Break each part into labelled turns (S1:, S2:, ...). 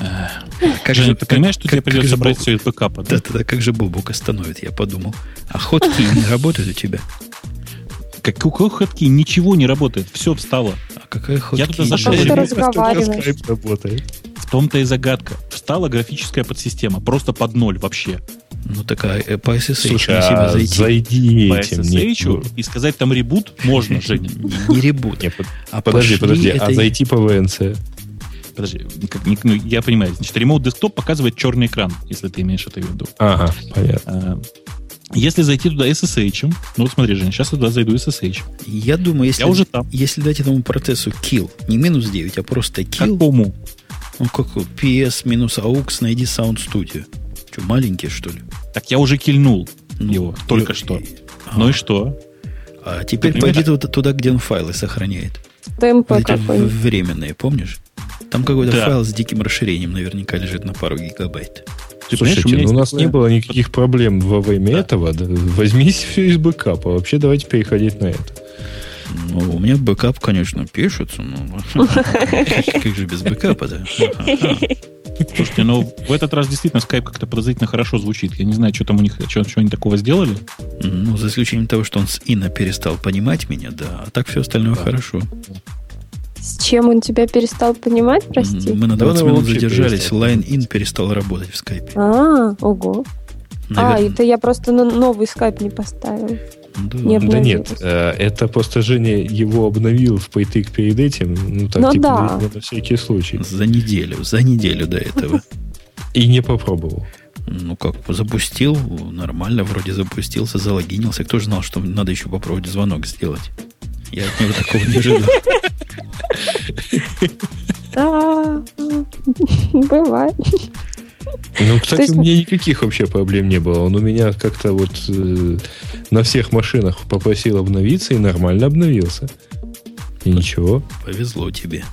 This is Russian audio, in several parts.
S1: Э, Как
S2: Женя,
S1: же,
S2: ты
S1: как-
S2: понимаешь, что
S1: как-
S2: тебе
S1: как
S2: придется
S1: же
S2: брать
S1: Боб-
S2: все из бэкапа? да?
S1: Да-да-да, как же Бобук остановит, я подумал. А ходки не работают у тебя?
S2: Как у Кохотки ничего не работает, все встало.
S1: А какая ходки?
S2: туда зашел,
S3: Потому
S2: Слушай, ребята,
S3: что разговариваешь.
S4: работает.
S2: В том-то и загадка. Встала графическая подсистема, просто под ноль вообще.
S1: Ну такая э, по SSH
S4: Слушай,
S1: на себя
S4: а
S1: зайти.
S4: зайди
S2: По
S4: этим. ну, не-
S2: SSH и сказать там ребут можно, Женя.
S1: Не, не ребут.
S4: не, под-
S1: А
S4: Подожди,
S1: пошли
S4: подожди, а
S1: этой-
S4: зайти по ВНЦ?
S2: Подожди, как- не- ну, я понимаю. Значит, Remote Desktop показывает черный экран, если ты имеешь это в виду.
S4: Ага, понятно.
S2: А, Если зайти туда SSH, -ом, ну вот смотри, Женя, сейчас я туда зайду SSH.
S1: Я думаю, если,
S2: Я уже там.
S1: если дать этому процессу kill, не минус 9, а просто kill,
S2: Какому?
S1: ну как вот, PS минус AUX, найди Sound Studio. Что, маленький, что ли?
S2: Так я уже кильнул
S1: Ну,
S2: его только
S1: и-
S2: что.
S1: а,
S2: Ну и что?
S1: А теперь
S2: Например?
S1: пойди туда, туда, где он файлы сохраняет.
S3: ТМП
S1: Вот эти в-
S3: какой-нибудь.
S1: временные, помнишь? Там какой-то
S2: Да.
S1: файл с диким расширением наверняка лежит на пару гигабайт.
S2: Ты понимаешь,
S4: Слушайте,
S2: меня
S4: ну,
S2: есть
S4: у нас
S2: такое-
S4: не было никаких проблем во время
S2: Да.
S4: этого. Да, Возьмите все из бэкапа. Вообще давайте переходить на это.
S1: Ну, у меня бэкап, конечно, пишется, но... Как же без бэкапа-то? Ага.
S2: Слушайте, ну в этот раз действительно скайп как-то подозрительно хорошо звучит. Я не знаю, что там у них, что, что они такого сделали.
S1: Ну, за исключением того, что он с Инна перестал понимать меня, да. А так все остальное
S2: Да.
S1: хорошо.
S3: С чем он тебя перестал понимать, прости?
S1: Мы на
S4: Да,
S1: 20
S4: она
S1: минут
S4: вообще
S1: задержались.
S4: перестала.
S1: Line in перестал работать в скайпе.
S3: А, ого. А,
S1: Наверно-
S3: это я просто на- новый скайп не поставил.
S1: Да.
S3: не
S4: Да нет,
S3: обновилось.
S4: э, это просто Женя его обновил впритык перед этим. Ну, так,
S3: Ну
S4: типа,
S3: да.
S4: на- на всякий случай.
S1: За неделю, за неделю до этого.
S4: И не попробовал.
S1: Ну как, запустил, нормально, вроде запустился, залогинился. Кто же знал, что надо еще попробовать звонок сделать? Я от него такого не ожидал.
S3: Да, бывает.
S4: Ну, кстати,
S3: есть-
S4: у меня никаких вообще проблем не было. Он у меня как-то вот э, на всех машинах попросил обновиться и нормально обновился. И ничего.
S1: Повезло тебе.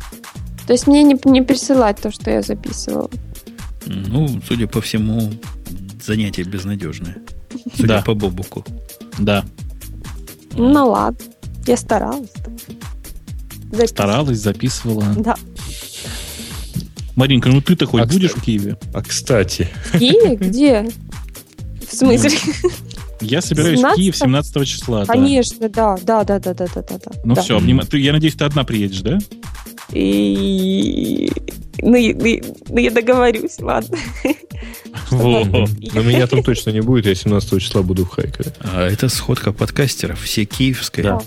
S3: То есть мне не, не присылать то, что я записывала.
S1: Ну, судя по всему, занятие безнадежное. Судя
S2: Да.
S1: по Бобуку.
S2: Да,
S3: Ну ладно, я старалась. Записывала.
S2: старалась, записывала.
S3: Да.
S2: Маринка, ну ты-то хоть
S4: А,
S2: будешь в Киеве?
S4: А кстати,
S3: И где? В смысле?
S2: Я собираюсь в
S3: 17?
S2: Киев 17 числа. да.
S3: Конечно, да, да, да, да, да, да, да, да.
S2: Ну
S3: да.
S2: все, обнима... ты, я надеюсь, ты одна приедешь, да?
S3: И... Ну, и- ну, и- ну, я договорюсь, ладно.
S2: Во.
S4: но меня там точно не будет, я 17 числа буду в Харькове.
S1: А это сходка подкастеров, все киевская.
S2: Да.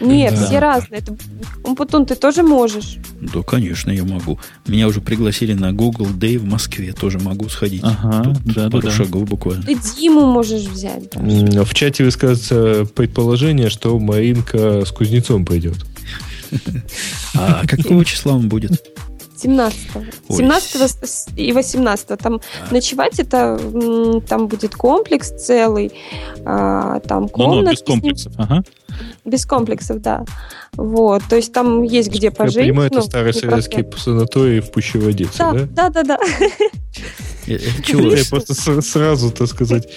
S3: Нет,
S1: Да.
S3: все разные. Это... Умпутун, ты тоже можешь.
S1: Да, конечно, я могу. Меня уже пригласили на Google Day в Москве, тоже могу сходить.
S2: Ага,
S1: Тут
S2: да, да,
S1: пару
S2: да.
S1: шагов буквально.
S3: Ты Диму можешь взять. да.
S4: М, В чате высказывается предположение, что Маринка с Кузнецом пойдет.
S1: А какого числа он будет?
S3: 17
S1: Ой.
S3: 17 с- с- и 18 Там
S1: А.
S3: ночевать это... м, Там будет комплекс целый. а, там
S2: Ну,
S3: комнаты.
S2: ну, без
S3: с ним-
S2: комплексов. Ага.
S3: без комплексов, да. Вот. То есть там есть где пожить.
S4: Я понимаю, это
S3: ну,
S4: старый
S3: не
S4: советский санаторий в Пущеводице,
S3: Да,
S4: да?
S3: да, да, да.
S1: Э, э, Чего?
S4: Я просто с- сразу, так сказать,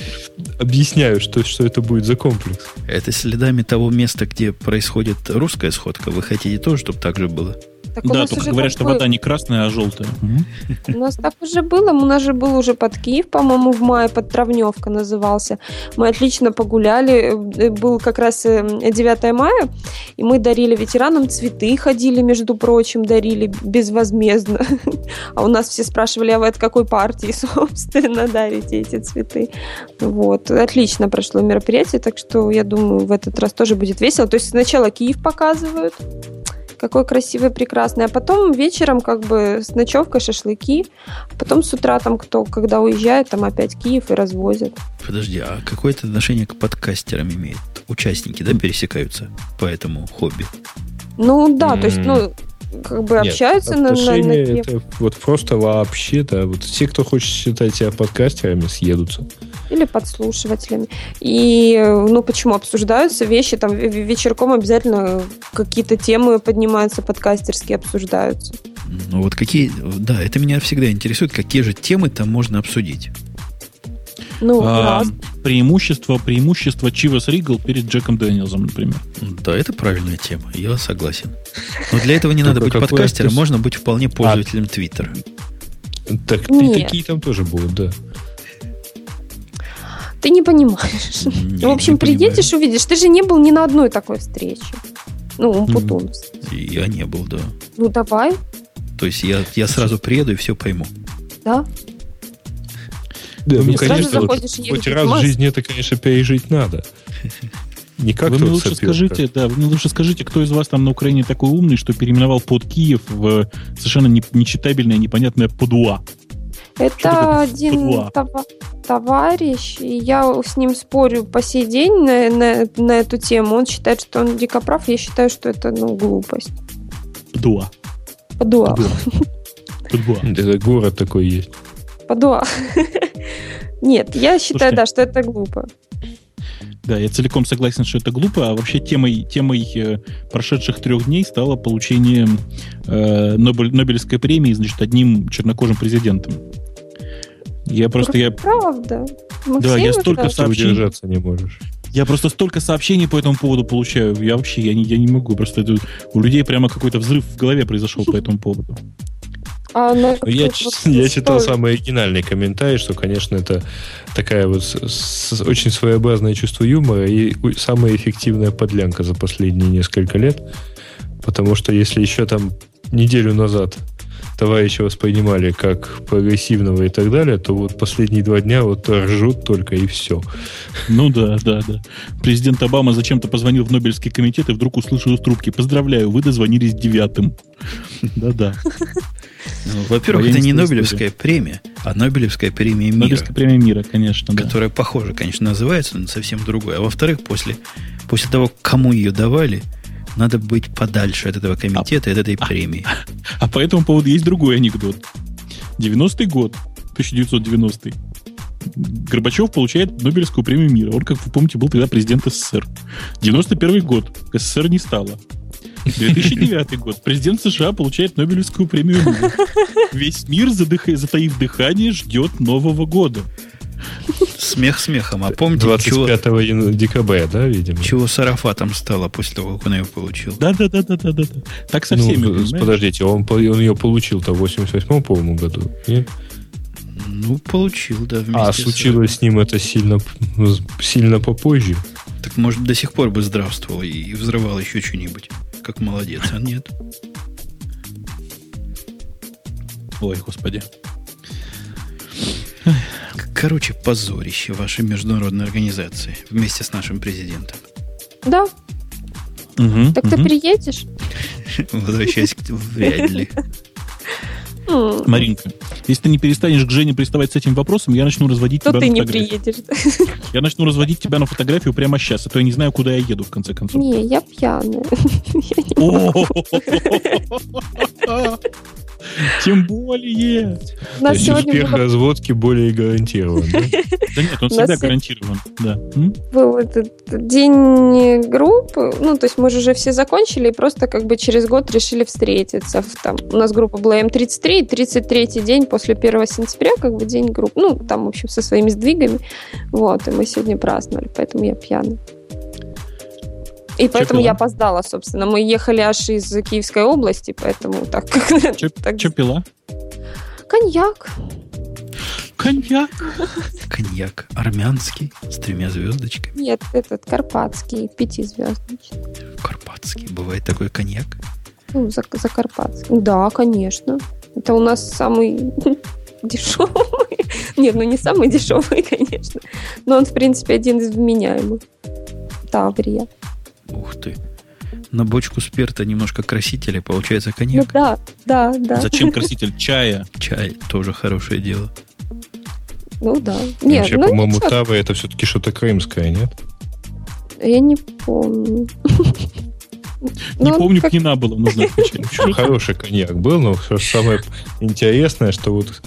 S4: объясняю, что, что это будет за комплекс.
S1: Это следами того места, где происходит русская сходка. Вы хотите тоже, чтобы так же было?
S3: Так у
S2: Да,
S3: нас
S2: только
S3: уже
S2: говорят,
S3: так
S2: что
S3: было.
S2: вода не красная, а желтая. Мгм.
S3: У нас так уже было. У нас же был уже под Киев, по-моему, в мае, под Травневка назывался. Мы отлично погуляли. Э, Был как раз э, 9 мая, и мы дарили ветеранам цветы, ходили, между прочим, дарили безвозмездно. А у нас все спрашивали, а вы от какой партии, собственно, дарите эти цветы. Вот. Отлично прошло мероприятие, так что, я думаю, в этот раз тоже будет весело. То есть сначала Киев показывают, какой красивый, прекрасный. А потом вечером как бы с ночевкой шашлыки. а Потом с утра там кто, когда уезжает, там опять Киев и развозят.
S1: Подожди, а какое это отношение к подкастерам имеет? Участники, да, пересекаются по этому хобби?
S3: Ну да, то есть,
S4: М.
S3: ну, как бы
S4: Нет,
S3: общаются на, на- на
S4: отношения
S3: тему.
S4: это вот просто вообще-то. а Вот все, кто хочет считать себя подкастерами, съедутся.
S3: или подслушивателями. И, э, ну, почему обсуждаются вещи, там ве- ве- вечерком обязательно какие-то темы поднимаются, подкастерские обсуждаются.
S1: Ну вот какие... Да, это меня всегда интересует, какие же темы там можно обсудить.
S3: Ну,
S2: А,
S3: раз.
S2: Преимущество, преимущество Чивас Ригал перед Джеком Дэниелзом, например.
S1: Да, это правильная тема, я согласен. Но для этого не надо
S4: Только
S1: быть
S4: какое
S1: подкастером,
S4: ты с-
S2: А.
S1: можно быть вполне пользователем Твиттера.
S4: Так и
S3: Нет.
S4: такие там тоже будут, да.
S3: Ты не понимаешь. Ну,
S1: Не-
S3: в общем,
S1: не понимаю.
S3: приедешь, увидишь. Ты же не был ни на одной такой встрече. Ну, Умпутунс.
S1: И Я не был, да.
S3: Ну, давай,
S1: То есть я, я сразу приеду и все пойму.
S3: да.
S4: Да,
S2: Вы
S4: ну,
S2: мне
S3: сразу
S4: конечно, вот
S3: заходишь, я
S4: хоть
S3: говорю,
S4: раз в
S3: «Мас».
S4: жизни это, конечно, пережить надо. Не как
S2: вы мне
S4: тот
S2: лучше
S4: сопилка.
S2: скажите, да, вы мне лучше скажите, кто из вас там на Украине такой умный, что переименовал под Киев в э, совершенно не- нечитабельное, непонятное подуа.
S3: Это
S2: такое
S3: один
S2: футбола?
S3: това- товарищ, и я с ним спорю по сей день на, на- на эту тему. Он считает, что он дикоправ, я считаю, что это, ну, глупость.
S2: Подуа.
S3: Подуа.
S2: Подуа. Подуа.
S4: Это город такой есть.
S3: Подуа. Нет, я считаю,
S2: Слушайте.
S3: да, что это глупо.
S2: Да, я целиком согласен, что это глупо. А вообще темой, темой э, прошедших трех дней стало получение э, Нобель- Нобелевской премии, значит, одним чернокожим президентом. Я просто, я,
S3: Правда. Мы
S2: Да,
S3: все
S2: я
S3: его
S2: столько
S3: так-
S2: с-
S4: Ты
S2: Сообщи.
S4: удержаться не можешь.
S2: я просто столько сообщений по этому поводу получаю. Я вообще, я не, я не могу. Просто это- у людей прямо какой-то взрыв в голове произошел по этому поводу.
S3: А она
S4: Ну, я,
S3: вот
S4: ч- я читал
S3: столько-
S4: самый оригинальный комментарий, что, конечно, это такая вот с- с- очень своеобразное чувство юмора и у- самая эффективная подлянка за последние несколько лет. Потому что если еще там неделю назад товарища воспринимали как прогрессивного и так далее, то вот последние два дня вот ржут только и все.
S2: Ну да, да, да. Президент Обама зачем-то позвонил в Нобелевский комитет и вдруг услышал из трубки. Поздравляю, вы дозвонились девятым. Да-да.
S1: Ну, во-первых, это
S2: Военная
S1: не
S2: история.
S1: Нобелевская премия, а Нобелевская премия мира,
S2: Нобелевская премия мира, конечно, да.
S1: которая похоже, конечно, называется, но совсем другое. А во-вторых, после, после того, кому ее давали, надо быть подальше от этого комитета и от этой премии.
S2: А по этому поводу есть другой анекдот. 90-й год, 1990 Горбачев получает Нобелевскую премию мира. Он, как вы помните, был тогда президент СССР. 91 год. СССР не стало. 2009 год. Президент США получает Нобелевскую премию мира. Весь мир, задыха- затаив дыхание, ждет Нового года.
S1: Смех смехом. А помните, чего,
S4: 25 ян- декабря, да, видимо?
S1: чего с Арафатом стало после того, как он ее получил?
S2: Да-да-да-да-да-да. Так со
S4: Ну,
S2: всеми,
S4: с-
S2: понимаешь?
S4: подождите, он, по- он ее получил-то в 88 по-моему, году. нет?
S1: Ну, получил, да, вместе
S4: А
S1: с-
S4: случилось с ним это сильно, сильно попозже.
S1: Так, может, до сих пор бы здравствовал и- и взрывал еще что-нибудь. Как молодец, а нет.
S2: Ой, господи.
S1: К- Короче, позорище вашей международной организации вместе с нашим президентом.
S3: Да,
S2: Мгм,
S3: так ты
S2: мгм.
S3: приедешь?
S1: Возвращаясь к... Вряд ли.
S3: М,
S2: Маринка, если ты не перестанешь к Жене приставать с этим вопросом, я начну разводить
S3: То
S2: тебя
S3: ты
S2: на
S3: не
S2: фотографии.
S3: приедешь.
S2: Я начну разводить тебя на фотографию прямо сейчас, а то я не знаю, куда я еду, в конце концов.
S3: Не, я пьяная.
S2: О! Тем более.
S3: У нас
S4: То есть
S3: сегодня
S4: успех
S3: было-
S4: разводки более гарантирован. да?
S2: Да нет, он
S3: У нас
S2: всегда
S3: сегодня-
S2: гарантирован. Да. М?
S3: был этот день групп, ну, то есть мы же уже все закончили, и просто как бы через год решили встретиться. В- Там, у нас группа была М33, и 33-й день после 1 сентября, как бы день групп, ну, там, в общем, со своими сдвигами, вот, и мы сегодня праздновали, поэтому я пьяна. И поэтому
S2: пила?
S3: я опоздала, собственно. Мы ехали аж из Киевской области, поэтому так как...
S2: Чё-
S3: так-
S2: чё пила?
S3: Коньяк.
S2: Коньяк.
S1: Коньяк армянский с тремя звездочками.
S3: Нет, этот карпатский, пятизвездочный.
S1: Карпатский. Бывает такой коньяк.
S3: Ну, за, закарпатский. Да, конечно. Это у нас самый дешевый. Нет, ну не самый дешевый, конечно. Но он, в принципе, один из вменяемых. Таврия.
S1: Ух ты. На бочку спирта немножко красителя, получается
S3: Ну
S1: коньяк.
S3: да, да, да.
S2: Зачем краситель чая?
S1: Чай тоже хорошее дело.
S3: Ну да.
S4: И
S3: Нет,
S4: Вообще,
S3: ну
S4: по-моему,
S3: ничего,
S4: Тава это все-таки что-то крымское, нет?
S3: я не
S2: Не
S3: помню. Ну, он
S2: помню,
S3: как-
S2: пнина было нужно отвечать.
S4: Очень хороший коньяк был, но всё же самое интересное, что вот э,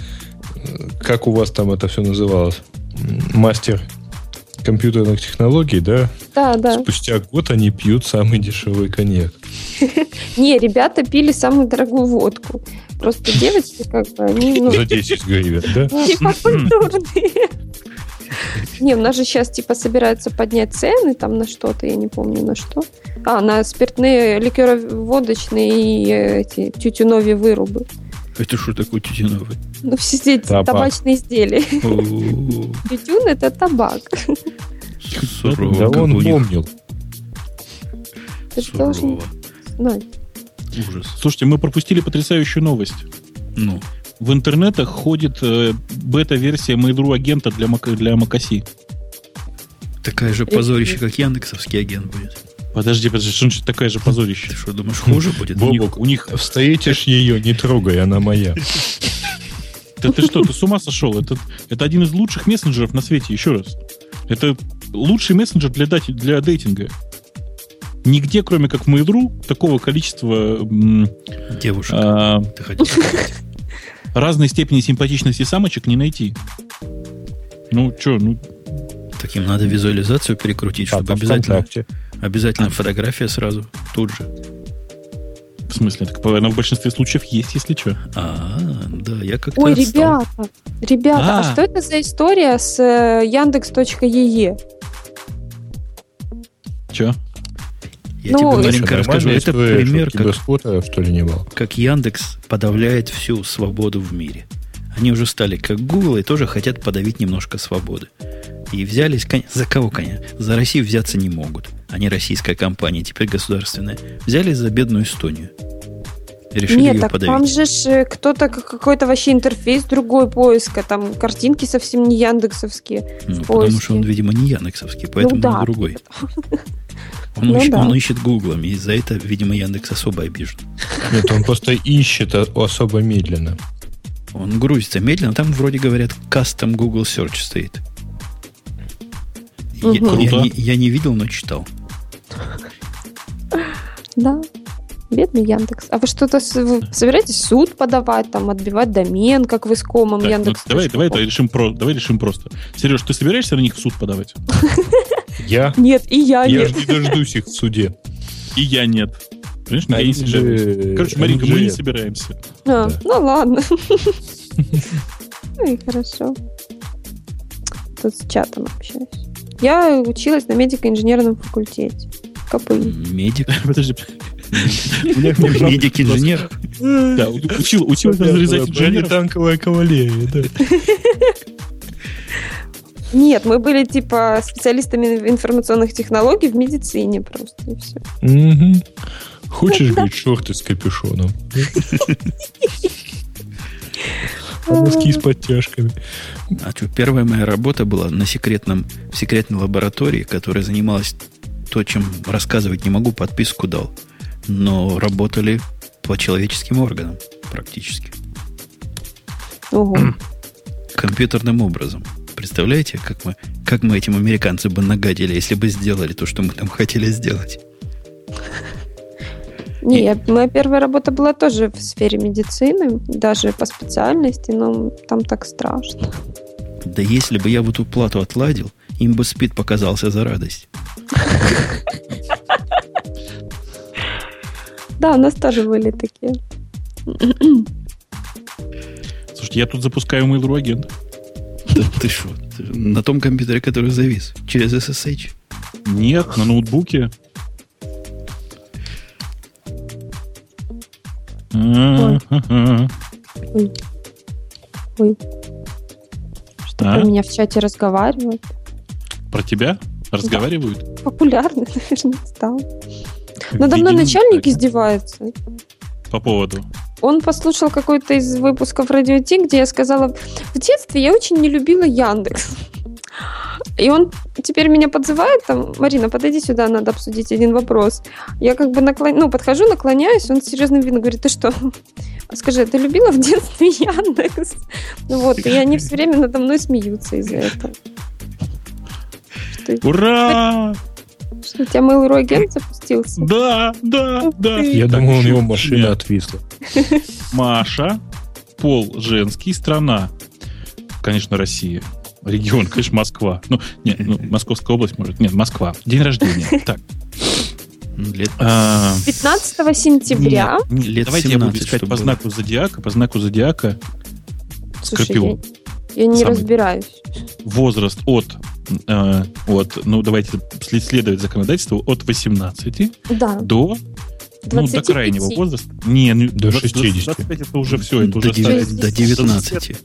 S4: как у вас там это все называлось? М, Мастер компьютерных технологий, да?
S3: Да, да.
S4: Спустя год они пьют самый дешевый коньяк.
S3: Не, ребята пили самую дорогую водку. Просто девочки, как бы, они, ну,
S4: За 10 гривен, да?
S3: Типа культурные. Не, у нас же сейчас типа собираются поднять цены там на что-то, я не помню на что. А, на спиртные, ликероводочные и э, эти тютюновые вырубы.
S1: Это что такое тютюновый?
S3: Ну, все эти
S4: Табак.
S3: табачные изделия.
S1: О,
S3: Тютюн – это табак.
S1: Сурово,
S4: Да
S1: как
S4: он
S1: у них.
S4: помнил.
S3: Ты же должен
S1: Сурово.
S3: знать.
S1: Ужас.
S2: Слушайте, мы пропустили потрясающую новость.
S1: Ну,
S2: В интернетах ходит э, бета-версия Mail.ru агента для, Мак- для Макаси.
S1: такая же позорище, как Яндексовский агент будет.
S2: Подожди, подожди, что значит такая же позорище?
S1: Ты что, думаешь,
S4: Хм.
S1: хуже будет?
S2: У
S4: Бобок.
S2: них, у них-
S4: Встретишь ее, не трогай, она моя.
S2: Да ты что, ты с ума сошел? Это, это один из лучших мессенджеров на свете, еще раз. Это лучший мессенджер для, дати- для дейтинга. Нигде, кроме как в Mail.ru, такого количества м,
S1: Девушек,
S2: а,
S1: ты хотел сказать.
S2: разной степени симпатичности самочек не найти. Ну, что, ну,
S1: Так им надо визуализацию перекрутить, чтобы
S4: Там
S1: обязательно,
S4: ВКонтакте.
S1: обязательно фотография сразу, тут же.
S2: в смысле, так она в большинстве случаев есть, если что.
S1: А, да, я как-то
S3: Ой,
S1: отстал.
S3: ребята, ребята,
S2: А.
S3: а что это за история с э, Яндекс.ее?
S2: Че?
S1: Я
S3: Ну,
S1: тебе
S3: это
S1: маленько
S4: Нормальная
S1: расскажу. Это
S4: история, что
S1: пример,
S4: у тебя
S1: как
S4: скоро, что ли, не было?
S1: как Яндекс подавляет всю свободу в мире. Они уже стали как Google и тоже хотят подавить немножко свободы. И взялись, кон- за кого, конечно, за Россию взяться не могут. Они российская компания, теперь государственная. Взялись за бедную Эстонию. Решили
S3: Нет,
S1: ее
S3: так
S1: подавить.
S3: там же ж, э, кто-то к- какой-то вообще интерфейс другой поиска, там картинки совсем не яндексовские.
S1: Ну, потому
S3: поиски. Ну
S1: что он, видимо, не яндексовский, поэтому он
S3: да.
S1: другой. Он,
S3: Ну
S1: ищет,
S3: да.
S1: он ищет гуглом, и за это, видимо, Яндекс особо обижен.
S4: Нет, он просто ищет о- особо медленно.
S1: Он грузится медленно, там вроде говорят, кастом Google Search стоит. Я-
S3: Мгм.
S1: я
S2: Круто.
S1: не- я не видел, но читал.
S3: Да, бедный Яндекс. А вы что-то с- вы собираетесь в суд подавать, там, отбивать домен, как вы с комом
S2: Так, ну,
S3: Яндекс.
S2: давай, давай, это решим про, давай решим просто. Сереж, ты собираешься на них в суд подавать?
S4: Я?
S3: Нет, и я,
S4: Я
S3: А нет.
S4: же не дождусь их в суде.
S2: И я нет. Понимаешь, я
S4: Они
S2: не собираюсь.
S4: же-
S2: Короче,
S4: они
S2: Маринка, мы
S4: же-
S2: не собираемся.
S3: А,
S4: да.
S3: Ну ладно. Ну и хорошо. Тут с чатом общаюсь. Я училась на медико-инженерном факультете. КПИ.
S1: Медик.
S2: Подожди.
S1: Медик-инженер.
S2: Да, у- учил, учил нас зарезать инженеров.
S4: танковая кавалерия, да.
S3: Нет, мы были типа специалистами информационных технологий в медицине просто и все.
S4: Мгм. Хочешь быть шорты с капюшоном? А Носки с подтяжками.
S1: А что, первая моя работа была на секретном, в секретной лаборатории, которая занималась то, чем рассказывать не могу, подписку дал. Но работали по человеческим органам практически.
S3: Ого.
S1: Компьютерным образом. Представляете, как мы, как мы этим американцам бы нагадили, если бы сделали то, что мы там хотели сделать.
S3: Не, я- моя первая работа была тоже в сфере медицины, даже по специальности, но там так страшно.
S1: Да если бы я вот эту плату отладил, им бы спид показался за радость.
S3: Да, у нас тоже были такие.
S2: Слушайте, я тут запускаю Mail.ru агент.
S1: Да ты что? На том компьютере, который завис. Через SSH.
S2: Нет, на ноутбуке. А-а-а.
S3: Что
S2: А?
S3: про меня в чате разговаривают.
S2: Про тебя разговаривают?
S3: Популярно, наверное, стал. Надо
S2: Видимо,
S3: мной начальник
S2: так.
S3: издевается.
S2: По поводу.
S3: Он послушал какой-то из выпусков Радио Ти, где я сказала, в детстве я очень не любила Яндекс. И он теперь меня подзывает, там, Марина, подойди сюда, надо обсудить один вопрос. Я как бы наклон... ну, подхожу, наклоняюсь, он с серьезным видом говорит, ты что, А скажи, ты любила в детстве Яндекс? Ну вот, и они все время надо мной смеются из-за этого. Что,
S2: Ура!
S3: что, у тебя Mail.ru агент запустился?
S2: Да, да, да.
S4: Я
S2: Так,
S4: думал, у
S2: шутки.
S4: него машина отвисла.
S2: Маша, пол женский, страна, конечно, Россия. Регион, конечно, Москва. Ну, нет, ну, Московская область, может. Нет, Москва. День рождения. Так.
S1: Ну, Лет
S2: а,
S3: 15 сентября.
S2: нет, нет,
S1: Лет
S2: Давайте я буду
S1: 17,
S2: искать
S1: чтобы
S2: по
S1: было.
S2: знаку зодиака. По знаку зодиака
S3: Слушай,
S2: Крапиву.
S3: я, я не
S2: Самый.
S3: разбираюсь.
S2: возраст от, э, от ну, давайте след- следовать законодательству, от 18
S3: Да.
S2: до Ну, до
S3: 25.
S2: крайнего возраста. Не, ну,
S4: До
S2: 20,
S4: 60.
S2: это уже все, это
S1: до,
S2: уже
S1: деви-
S2: старость.
S1: до 19.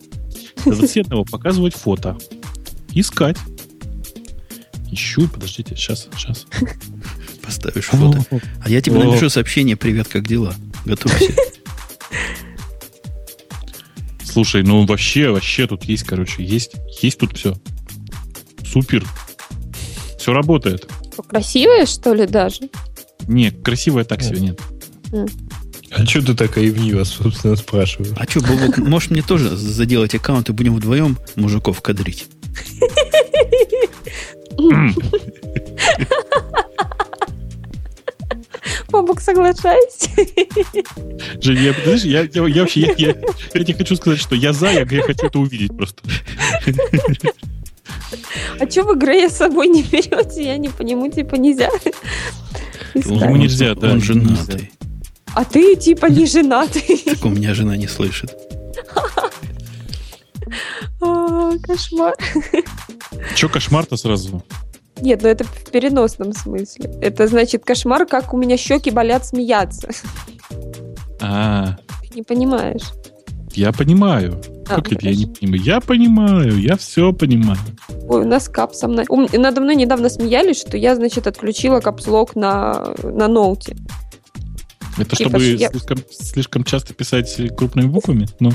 S2: До 20 показывать фото. Искать. Ищу, подождите, сейчас, сейчас.
S1: Поставишь фото. А я тебе
S2: О.
S1: напишу сообщение «Привет, как дела?» Готовься.
S2: Слушай, ну вообще, вообще тут есть, короче, есть, есть тут все. Супер. Все работает.
S3: Красивая, что ли, даже?
S2: Не, красивая так себе, нет.
S4: А что ты такая ревнива, собственно, спрашиваю?
S1: А что, Бобок, можешь мне тоже заделать аккаунт и будем вдвоем мужиков кадрить?
S2: М,
S3: Бабок, соглашайся.
S2: Жень, я, ты знаешь, я, я- я вообще, я, я- я тебе хочу сказать, что я за, я, я хочу это увидеть просто.
S3: А что в игре я с собой не берете? Я не по нему типа нельзя.
S2: Ему нельзя, да,
S1: Он
S2: ему
S1: женатый.
S2: ну-
S3: А ты типа не женатый.
S1: Так у меня жена не слышит.
S3: А, Кошмар.
S2: Че кошмар-то сразу?
S3: Нет, ну это в переносном смысле. Это значит кошмар, как у меня щеки болят смеяться.
S2: А,
S3: Ты не понимаешь.
S2: я понимаю.
S3: А,
S2: Как это я
S3: хорошо.
S2: не понимаю? Я понимаю, я все понимаю.
S3: Ой, у нас кап со мной. у м- Надо мной недавно смеялись, что я, значит, отключила капслок на, на ноуте.
S2: Это
S3: Типа,
S2: чтобы
S3: я-
S2: слишком, слишком часто писать крупными буквами? Ну,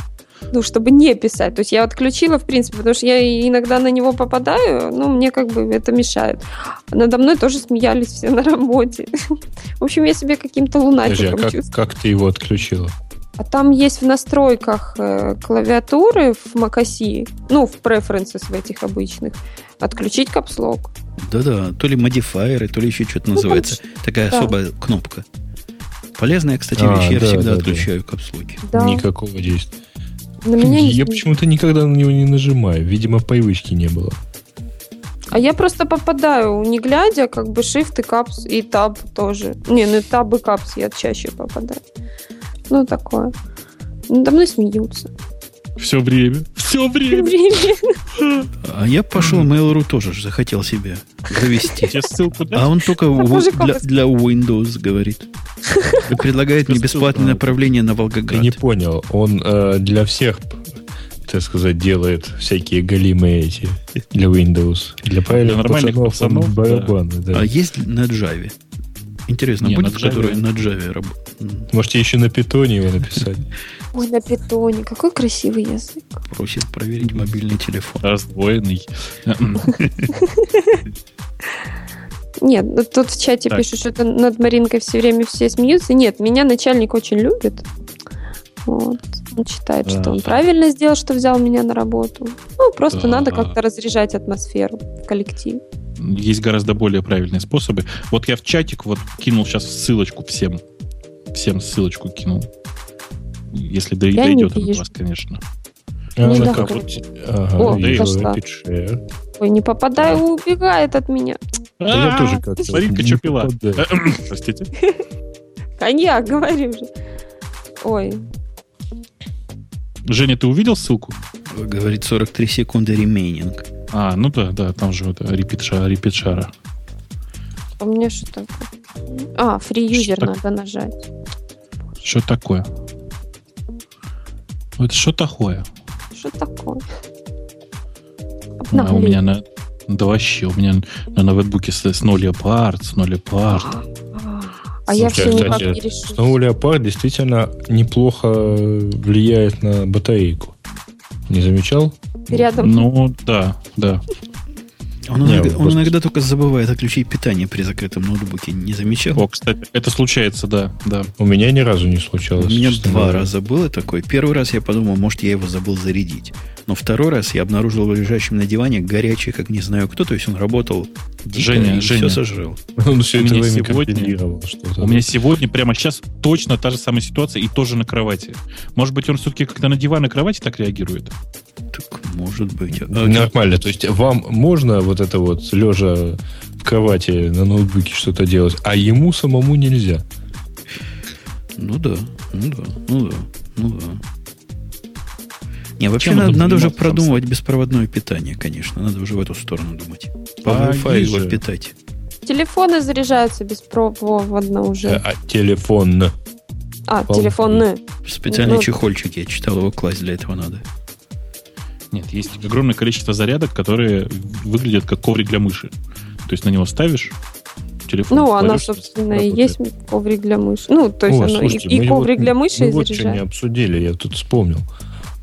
S3: Ну, чтобы не писать. То есть я отключила, в принципе, потому что я и- иногда на него попадаю, но мне как бы это мешает. А Надо мной тоже смеялись все на работе. В общем, я себе каким-то
S4: Подожди, а
S3: лунатиком
S4: как,
S3: чувствую.
S4: как ты его отключила?
S3: А там есть в настройках э, клавиатуры в Макоси, ну, в preferences в этих обычных, отключить капслок.
S1: Да-да, то ли модифайеры, то ли еще что-то
S3: Ну,
S1: называется. Такая
S3: да.
S1: особая кнопка. Полезная, кстати,
S4: А,
S1: вещь. Я
S4: да,
S1: всегда
S4: да, да.
S1: отключаю капслоки.
S3: Да,
S4: Никакого действия.
S3: на меня не
S4: я
S3: смеют.
S4: почему-то никогда на него не нажимаю. Видимо, привычки не было.
S3: А я просто попадаю, не глядя, как бы shift и капс, и таб тоже. Не, ну таб и капс я чаще попадаю. Ну, такое. Надо мной смеются.
S2: все время. Все время.
S3: Время.
S1: А я пошел Mail.ru тоже ж захотел себе завести.
S2: Я ссылку дам.
S1: А он только
S3: Боже,
S1: вот
S3: как
S1: для,
S3: это-
S1: для Windows говорит. И предлагает мне
S2: Просто
S1: бесплатное
S2: да.
S1: направление на
S4: Я не
S1: Волгоград.
S4: понял. Он э, для всех, так сказать, делает всякие голимые эти для Windows. Для правильных
S2: Для нормальных
S4: он
S2: пацанов, да.
S4: барабаны, да.
S1: А есть на Java? Интересно,
S4: А,
S2: Не,
S1: будет,
S2: на
S1: в которой
S2: Java-
S1: на Java работает?
S4: Можете еще на питоне его написать.
S3: Ну, Ой, на питоне. Какой красивый язык.
S1: Просит проверить мобильный телефон.
S2: Раздвоенный.
S3: Нет, ну тут в чате
S2: Так.
S3: пишут, что это над Маринкой все время все смеются. Нет, меня начальник очень любит. Вот. Он считает, что он
S2: Да.
S3: правильно сделал, что взял меня на работу. Ну, просто
S2: Да.
S3: надо как-то разряжать атмосферу в коллективе.
S2: Есть гораздо более правильные способы. Вот я в чатик вот кинул сейчас ссылочку всем. Всем ссылочку кинул. Если до-
S3: Я не
S2: дойдет она до
S3: вижу.
S2: вас, конечно.
S4: А,
S3: Не
S4: она
S3: доходит.
S4: как вот- Ага,
S3: О,
S4: я
S3: зашла.
S4: его пишу.
S3: Ой, не попадай, убегает от меня.
S4: Да я тоже
S2: А,
S4: как-то
S2: Смотри-ка,
S4: не
S2: что пила.
S4: попадаю.
S2: Простите.
S3: Коньяк, говорю же. Ой,
S2: Женя, ты увидел ссылку?
S1: Говорит 43 секунды ремейнинг.
S2: А, ну да, да, там же вот репетша- репетшара.
S3: у меня а что такое? А, фри юзер
S2: Что
S3: надо нажать.
S2: Что такое? Вот что такое?
S3: Что такое?
S2: А у меня на... Да вообще, у меня на ноутбуке с, с 0 Leopard, с 0 Leopard.
S3: А, А я
S4: Слушай,
S3: все никак
S4: кстати,
S3: не решусь.
S4: Снова леопард Ну, действительно неплохо влияет на батарейку. Не замечал?
S3: Ты Рядом.
S2: Ну, да, да.
S1: Он,
S4: Не,
S1: иногда,
S4: вот
S1: он
S4: просто-
S1: иногда только забывает отключить питание при закрытом ноутбуке. Не замечал?
S2: О, кстати, это случается, да, да.
S4: У меня ни разу не
S1: У
S4: случалось.
S1: меня
S4: честно
S1: два
S4: говоря.
S1: раза было такое. Первый раз я подумал, может, я его забыл зарядить. Но второй раз я обнаружил его лежащим на диване горячий, как не знаю кто. То есть он работал дико
S2: Женя,
S1: и все
S2: Женя.
S1: сожрал.
S4: Он все
S2: У
S4: это
S2: меня
S4: время
S2: сегодня-
S4: компилировал что-то.
S2: У меня сегодня, прямо сейчас, точно та же самая ситуация и тоже на кровати. Может быть, он все-таки когда на диван и кровати так реагирует?
S1: Так может быть. А,
S4: Ну, Нормально. То есть вам можно вот это вот лежа в кровати на ноутбуке что-то делать, а ему самому нельзя.
S1: Ну да, ну да, ну да, ну да. Не, вообще
S2: Чем он
S1: надо,
S2: там
S1: надо уже
S2: занимался там?
S1: продумывать беспроводное питание, конечно. Надо уже в эту сторону думать. По
S2: А,
S1: Wi-Fi
S2: есть
S1: его
S2: же.
S1: питать.
S3: Телефоны заряжаются беспроводно уже.
S4: А телефон.
S3: А,
S4: пол-
S3: телефонные.
S1: Специальный
S3: Ну.
S1: чехольчик, я читал, его класть для этого надо.
S2: Нет, есть огромное количество зарядок, которые выглядят как коврик для мыши. То есть на него ставишь телефон.
S3: Ну, она,
S2: кладешь,
S3: собственно, и
S2: работает.
S3: есть коврик для мыши. Ну, то есть
S4: О,
S3: оно и-
S4: слушайте,
S3: и,
S4: мы
S3: коврик
S4: вот-
S3: для мыши
S4: мы
S3: и
S4: вот что не
S3: заряжает.
S4: обсудили, я тут вспомнил.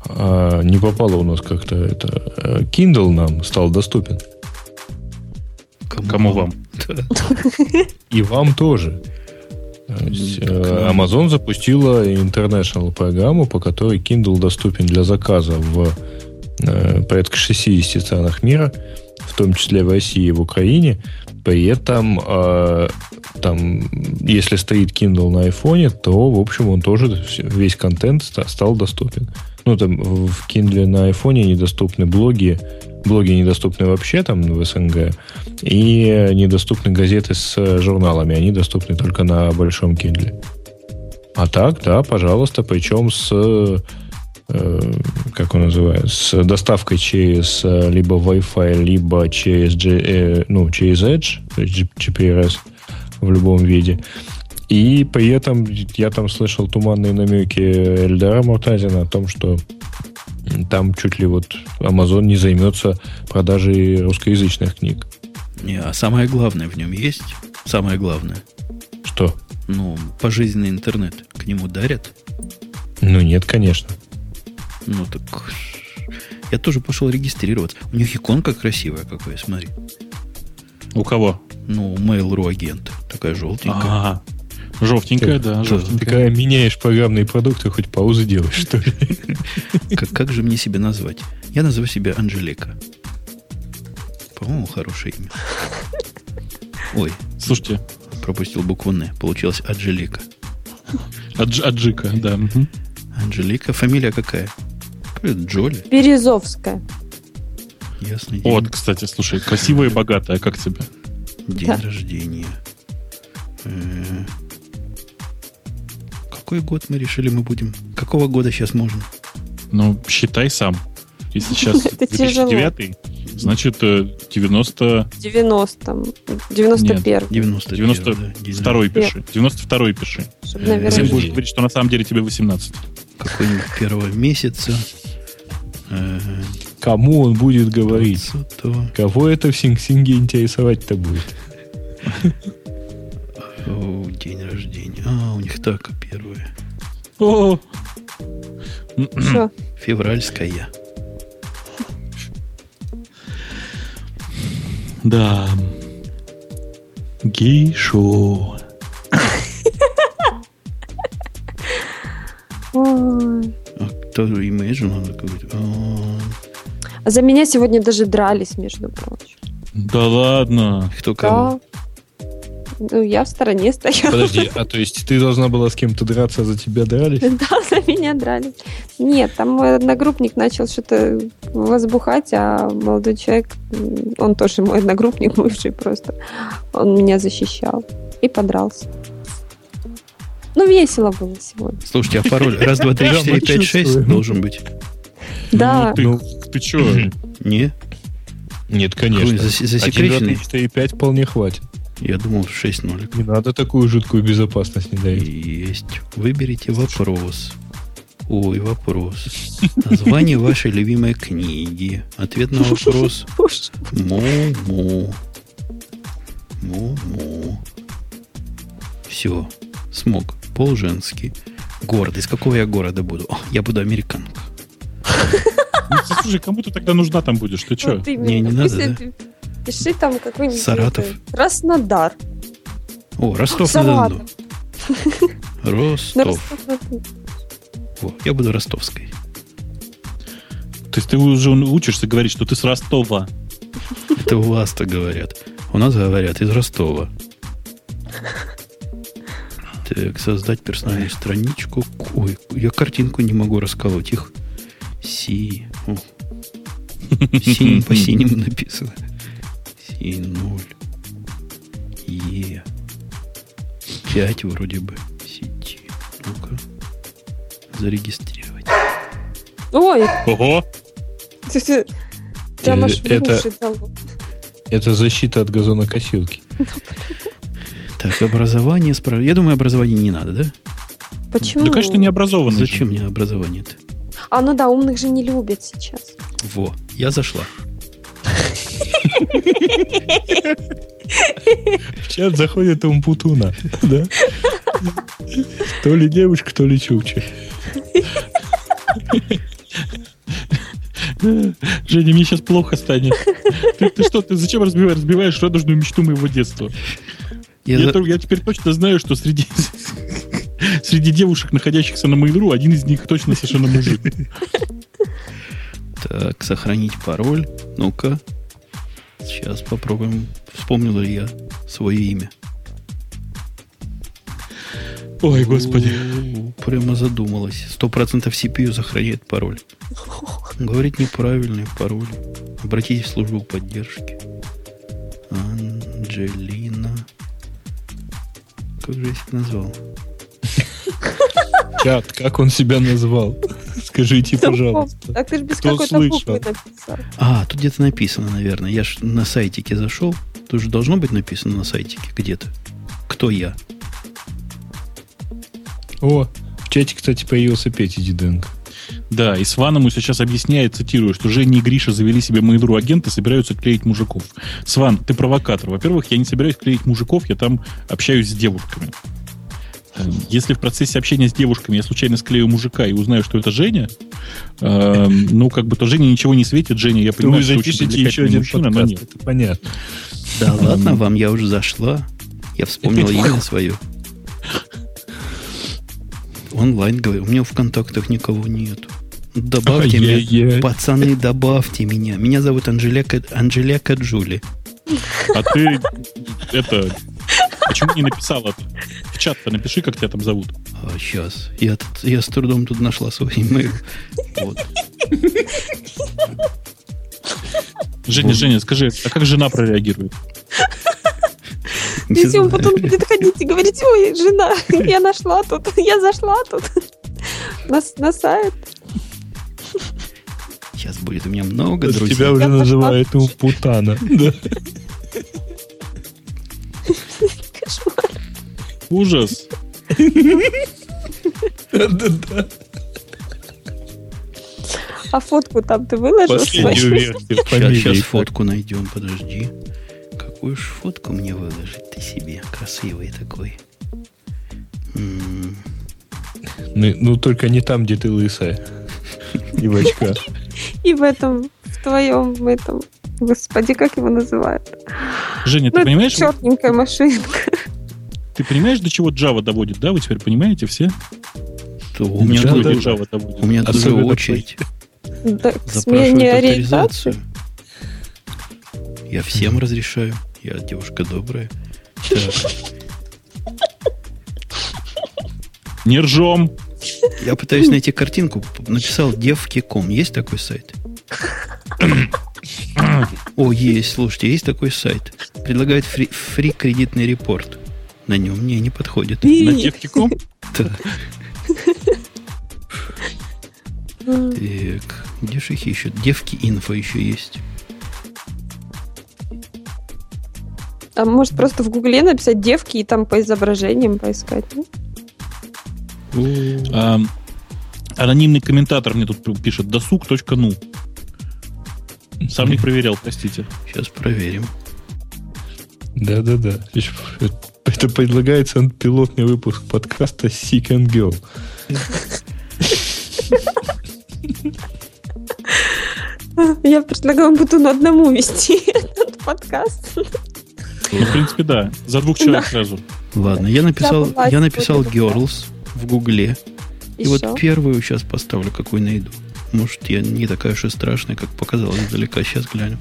S4: А, не попало у нас как-то это. э, Kindle нам стал доступен.
S2: Кому вам?
S1: Да.
S4: И вам тоже. То есть, э, Amazon запустила International программу, по которой Kindle доступен для заказа в э, порядка 60 странах мира, в том числе в России и в Украине. При этом, э, там, если стоит Kindle на айфоне, то, в общем, он тоже вс- весь контент ста- стал доступен. Ну, там в в Kindle на айфоне недоступны блоги, блоги недоступны вообще там в СНГ, и недоступны газеты с э, журналами. Они доступны только на большом Kindle. А так, да, пожалуйста, причем с э, как он называется, с доставкой через э, либо Wi-Fi, либо через, G- э, ну, через Edge, то есть G- GPRS в любом виде. И при этом я там слышал туманные намеки Эльдара Муртазина о том, что там чуть ли вот Amazon не займется продажей русскоязычных книг.
S1: Не, а самое главное в нем есть? Самое главное.
S4: Что?
S1: Ну, пожизненный интернет. К нему дарят.
S4: Ну нет, конечно.
S1: Ну, так... Я тоже пошел регистрироваться. У них иконка красивая какая, смотри.
S2: У кого?
S1: Ну, у Mail.ru агента. Такая желтенькая.
S2: Ага. Жовтенькая,
S4: Ты-
S2: Э, да,
S4: Ты
S2: жовтенькая.
S4: когда меняешь программные продукты, хоть паузы делаешь, что ли?
S1: Как, как же мне себя назвать? Я назову себя Анжелика. По-моему, хорошее имя. Ой,
S2: Слушайте,
S1: пропустил букву Н. Получилось Анжелика.
S2: Адж- Аджика, да. мгм.
S1: Анжелика, фамилия какая? Какая Джоли,
S3: Березовская.
S1: ясный день.
S2: Вот, кстати, слушай, красивая и богатая, как тебе?
S1: День
S3: Да.
S1: рождения. Э, Какой год мы решили мы будем? Какого года сейчас можем?
S2: Ну, считай сам. Если сейчас
S3: Это тяжело.
S2: 2009, значит, э, 90...
S3: 90 91
S1: 91
S2: 92
S1: да, день
S2: Второй пиши. 92-й пиши.
S3: чтобы,
S1: Э,
S3: наверное,
S2: Всем
S4: Подожди.
S2: будешь говорить, что на самом деле тебе 18.
S1: рождения. Какой-нибудь первого месяца. Э,
S4: Кому он будет говорить?
S1: 20-го.
S4: Кого это в Синг-Синге интересовать-то будет?
S1: О, день рождения. А, у них так первое.
S2: О!
S3: всё.
S1: Февральская.
S2: Да. Гейшо.
S3: Ой.
S1: А кто же Imagine? Он какой-то. А,
S3: А За меня сегодня даже дрались, между прочим.
S2: Да ладно.
S1: Кто кого?
S3: Да. Ну, я в стороне стояла.
S4: Подожди, а то есть ты должна была с кем-то драться, а за тебя дрались?
S3: Да, за меня дрались. Нет, там мой одногруппник начал что-то возбухать, а молодой человек, м, он тоже мой одногруппник бывший просто, он меня защищал и подрался. Ну, весело было сегодня.
S1: Слушайте, а пароль? Раз, два, три,
S4: Да,
S1: четыре,
S4: мы
S1: пять, шесть
S4: чувствуем.
S1: должен быть.
S3: Да,
S2: Ну, ты, ты чё?
S1: Не?
S4: Нет,
S1: Какой за- засекреченный?
S4: 4,5 вполне хватит.
S1: Я думал, шесть нолик.
S4: Не надо такую жуткую безопасность не давить.
S1: Есть. Выберите вопрос. Ой, вопрос. Название вашей любимой книги. Ответ на вопрос.
S3: уж.
S1: Му-му. Му-му. Все. Смог. Пол женский. Город. Из какого я города буду? О, я буду американка.
S2: Ну, слушай, кому ты тогда нужна там будешь? Ты чё?
S3: Вот именно.
S1: Не, не
S3: Пусть
S1: надо, да?
S3: это- Пиши там какой-нибудь...
S1: Саратов.
S3: это, Краснодар.
S1: О, Ростов-на-Дону.
S3: Саратов. Ну,
S1: Ростов.
S3: Ростов-на-Дону.
S1: Во, я буду ростовской.
S2: То есть ты уже учишься говорить, что ты с Ростова.
S1: Это у вас-то говорят. У нас говорят из Ростова. Так, создать персональную страничку. Ой, я картинку не могу расколоть. Их си... о. Синим по синему написано. Си 0. Е. 5 вроде бы. Сети. Ну-ка. Зарегистрировать.
S3: Ой,
S2: Ого!
S3: прям аж в
S4: Это-
S2: Э,
S3: уши дало.
S4: Это защита от газонокосилки.
S1: Так, образование справ... Я думаю, образование не надо, да?
S3: Почему?
S2: Да, конечно, не образованный. же.
S1: Зачем мне образование-то?
S3: А ну да, умных же не любят сейчас.
S1: Во, я зашла.
S4: В чат заходит Умпутуна, да? То ли девушка, то ли чукча.
S2: Женя, мне сейчас плохо станет. Ты, ты что, ты зачем разбиваешь, разбиваешь радужную мечту моего детства? Я,
S1: Я, за-
S2: тол- я теперь точно знаю, что среди, среди девушек, находящихся на Mail.ru, один из них точно совершенно мужик.
S1: Так, сохранить пароль. Ну-ка. Сейчас попробуем, вспомнил ли я свое имя.
S2: Ой, господи.
S1: У, Прямо задумалась. Сто процентов CPU сохраняет пароль. Говорит неправильный пароль. Обратитесь в службу поддержки. Анджелина. Как же я себя назвал?
S4: Чат, как он себя назвал? Скажите, пожалуйста.
S3: Так ты же без
S4: Кто
S3: какой-то
S4: слышал?
S3: буквы написал.
S1: А, тут где-то написано, наверное. Я ж на сайтике зашел. Тут же должно быть написано на сайтике где-то. Кто я?
S4: О, в чате, кстати, появился Петя Диденко.
S2: Да, и Сван ему сейчас объясняет, цитирую, что Женя и Гриша завели себе Mail.ru агент и собираются клеить мужиков. Сван, ты провокатор. Во-первых, я не собираюсь клеить мужиков, я там общаюсь с девушками. Эм, Если в процессе общения с девушками я случайно склею мужика и узнаю, что это Женя, эм, ну, как бы, то Женя ничего не светит. Женя, я
S4: Ну,
S2: понимаю, что очень привлекательный мужчина, но нет.
S4: это понятно.
S1: Да ладно вам, я уже зашла. Я вспомнила имя свое. Онлайн говорю, у меня в контактах никого нет.
S4: А
S1: Добавьте меня.
S4: Ай-яй-яй.
S1: Пацаны, добавьте меня. Меня зовут Анжелека, Анжелека Джули.
S2: А ты это... Почему не написала это? В чат-то напиши, как тебя там зовут.
S1: А, сейчас. Я, тут- я с трудом тут нашла свой имейл. Вот.
S2: Женя, Женя, скажи, а как жена прореагирует?
S1: Не
S3: Если он
S1: знаю.
S3: потом будет ходить и говорить, ой, жена, я нашла тут, я зашла тут. На, с- на сайт.
S1: Сейчас будет у меня много
S4: Тебя
S1: друзей.
S4: уже
S3: Я пошла.
S4: называют Умпутана. Да.
S3: Кошмар.
S2: Ужас.
S3: А фотку там ты выложил свою?
S4: Последнюю версию
S1: Сейчас,
S4: фамилии.
S1: фотку найдем, подожди. Какую ж фотку мне выложить ты себе? Красивый такой. М.
S4: Ну, ну, только не там, где ты лысая. И в очках.
S3: И в этом, в твоем, в этом, господи, как его называют?
S2: Женя, ты
S3: Ну,
S2: понимаешь,
S3: Черненькая машинка.
S2: ты понимаешь, до чего Java доводит, да? Вы теперь понимаете все?
S1: То у меня
S2: До
S4: Да,
S2: чего
S1: тут-
S4: да.
S2: Java доводит.
S1: У меня тут уже
S4: Особенно
S1: очередь.
S3: Да, к
S1: Запрашивают
S3: смене ориентации.
S1: авторизацию. Я всем разрешаю. Я девушка добрая. Так,
S2: Не ржем.
S1: Я пытаюсь найти картинку. Написал девки.ком. Есть такой сайт? О, есть. Слушайте, есть такой сайт. Предлагает фри, фри кредитный репорт. На нем мне не подходит.
S2: На
S3: И-
S2: техникум.
S1: Так,
S3: М.
S1: так. где же их еще? Девки инфо еще есть.
S3: А может просто в гугле написать девки и там по изображениям поискать? ну?
S2: Ам, Анонимный комментатор мне тут пишет досуг.ну. Сам не проверял, простите.
S1: Сейчас проверим.
S4: Да-да-да. Еще э, Это предлагается пилотный выпуск подкаста Sick and Girl.
S3: Ну, Я предлагаю Бутуну одному вести этот подкаст.
S2: Ну, в принципе, да. За двух человек сразу.
S1: Ладно, я написал,
S3: Забыла
S1: я
S3: сегодня
S1: написал
S3: как
S1: girls в гугле. И
S3: Еще.
S1: вот первую сейчас поставлю, какую найду. Может, я не такая уж и страшная, как показалось издалека. Сейчас гляну.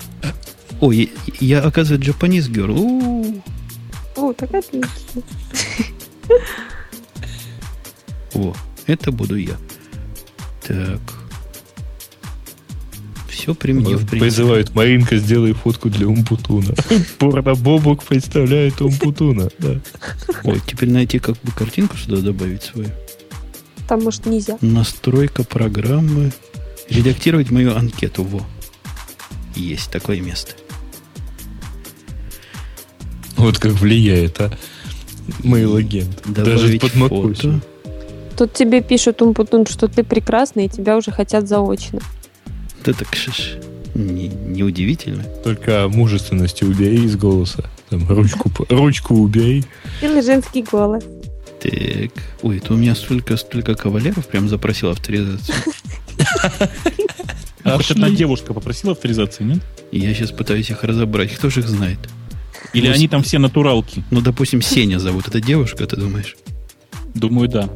S1: Ой, я, оказывается, Japanese girl. У-у-у.
S3: О, так отлично.
S1: Во, это буду я. Так. Все при мне, в принципе.
S4: Э, Призывают Маринка, сделай фотку для Умпутуна. Порно-бобок представляет Умпутуна. Да.
S1: Ой, теперь найти как бы картинку сюда добавить свою.
S3: Там, может, нельзя.
S1: Настройка программы. Редактировать мою анкету. Во. Есть такое место.
S4: Вот как влияет, а? Mail агент. Даже
S1: Добавить
S4: под
S1: фото.
S4: Макосью.
S3: Тут тебе пишут умпутун, что ты прекрасный, и тебя уже хотят заочно.
S1: Да так ш- ш- не, неудивительно.
S4: Только мужественности убей из голоса. Там, ручку, п- ручку убей.
S3: Или женский голос.
S1: Так. Ой, это у меня столько, столько кавалеров прям запросил авторизацию.
S2: А хоть
S1: Пошли.
S2: одна девушка попросила авторизации, нет?
S1: И Я сейчас пытаюсь их разобрать. Кто же их знает?
S2: Или
S1: Ну, с-
S2: они там все натуралки?
S1: Ну, допустим, Сеня зовут. Это девушка, ты думаешь?
S2: Думаю, да.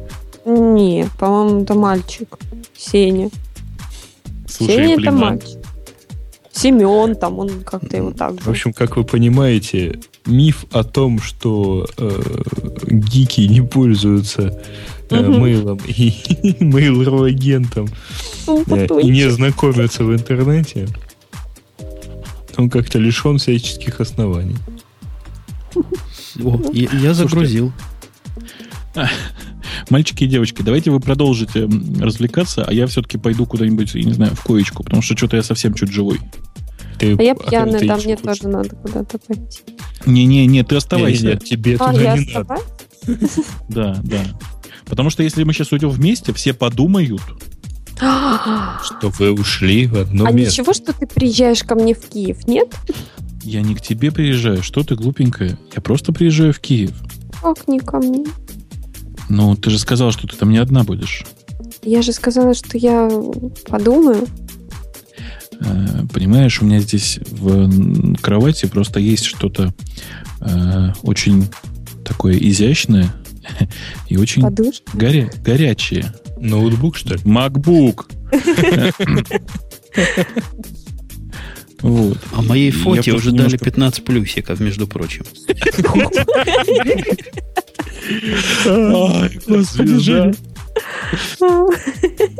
S3: Не, по-моему, это мальчик. Сеня. Сеня это
S2: а
S3: мальчик. Семен там, он как-то его так
S4: В
S3: же.
S4: общем, как вы понимаете, миф о том, что э, гики не пользуются э,
S3: Мгм.
S4: мейлом и мейл-агентом э, и
S3: Умпутунчик.
S4: не знакомятся в интернете, он как-то лишен всяческих оснований.
S1: О,
S2: Ну,
S1: я, я загрузил.
S2: Мальчики и девочки, давайте вы продолжите м, развлекаться, а я все-таки пойду куда-нибудь, я не знаю, в коечку, потому что что-то я совсем чуть живой.
S4: Ты,
S3: А я
S4: ты
S3: пьяная, там
S4: еще
S3: мне
S4: хочешь?
S3: тоже надо куда-то пойти.
S2: Не-не-не, ты
S4: Не, не,
S2: оставайся.
S4: не, тебе
S3: А,
S4: туда
S3: я
S4: не
S3: с
S4: надо.
S3: тобой?
S2: Да, да. Потому что если мы сейчас уйдем вместе, все подумают.
S3: А
S4: Что вы ушли в одно место.
S3: ничего, что ты приезжаешь ко мне в Киев, нет?
S2: Я не к тебе приезжаю, что ты глупенькая? Я просто приезжаю в Киев.
S3: Как не ко мне?
S2: Ну, ты же сказал, что ты там не одна будешь.
S3: Я же сказала, что я подумаю.
S2: Э, Понимаешь, у меня здесь в м, кровати просто есть что-то э, очень такое изящное и очень
S3: Подушка.
S2: горя- горячее.
S4: Ноутбук, что ли?
S2: MacBook. Вот.
S1: А моей
S2: Я
S1: фоте
S2: просто
S1: уже дали
S2: немножко-
S1: 15 плюсиков, между прочим.
S2: Ай, господи, Женя.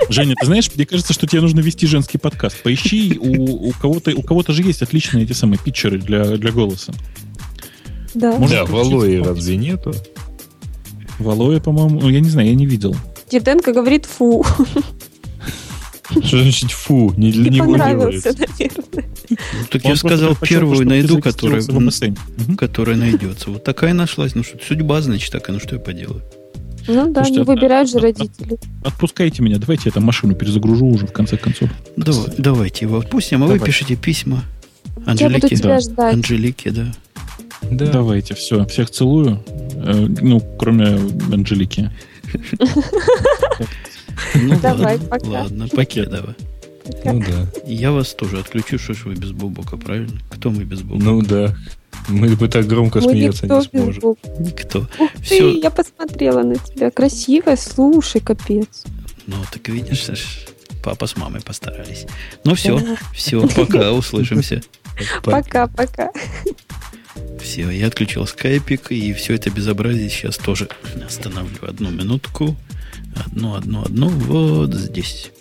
S2: Женя, ты знаешь, мне кажется, что тебе нужно вести женский подкаст. Поищи, у, у кого-то у кого-то же есть отличные эти самые питчеры для, для голоса.
S3: Да.
S2: Может,
S4: да,
S2: включить?
S4: Валои разве нету?
S2: Валоя, по-моему, ну, я не знаю, я не видел.
S3: Диденко говорит фу.
S4: Что значит фу, не для
S3: Ты
S4: него
S3: понравился,
S4: делается.
S3: наверное.
S1: Ну, так я
S2: Он просто
S1: сказал,
S2: предпочел бы,
S1: первую
S2: чтобы ты
S1: найду,
S2: зарегистрировался
S1: которая,
S2: в МСН. Мгм.
S1: которая найдется. Вот такая нашлась. Ну, что судьба, значит, такая. Ну, что я поделаю?
S3: Ну да,
S2: Слушайте,
S3: не
S2: а-
S3: выбирают же
S2: а-
S3: родители.
S2: Отпускайте меня, давайте я там машину перезагружу уже в конце концов.
S1: Давай- давайте его отпустим, а вы
S2: Давай.
S1: пишите письма
S3: Я буду
S1: Анжелике.
S2: да.
S3: тебя ждать.
S1: Анжелике, да.
S4: Да.
S2: Давайте, все, всех целую. Э, ну, кроме Анжелики.
S1: Ну,
S3: Давай,
S1: ладно,
S3: пока.
S1: Ладно, пока, давай.
S4: Ну да.
S1: Я вас тоже отключу, что ж вы без бубока, правильно? Кто мы без бубока?
S4: Ну да. Мы бы так громко
S3: Мы
S4: смеяться
S3: никто
S4: не
S3: без
S4: сможем.
S3: Бога.
S1: Никто.
S3: Ух
S1: Всё.
S3: ты, я посмотрела на тебя. Красивая, слушай, капец.
S1: Ну, так видишь, Саш, папа с мамой постарались. Ну, все,
S3: Да.
S1: все, пока, услышимся.
S3: Пока-пока.
S1: Все, я отключил скайпик, и все это безобразие сейчас тоже остановлю. Одну минутку. Одну, одну, одну. Вот здесь.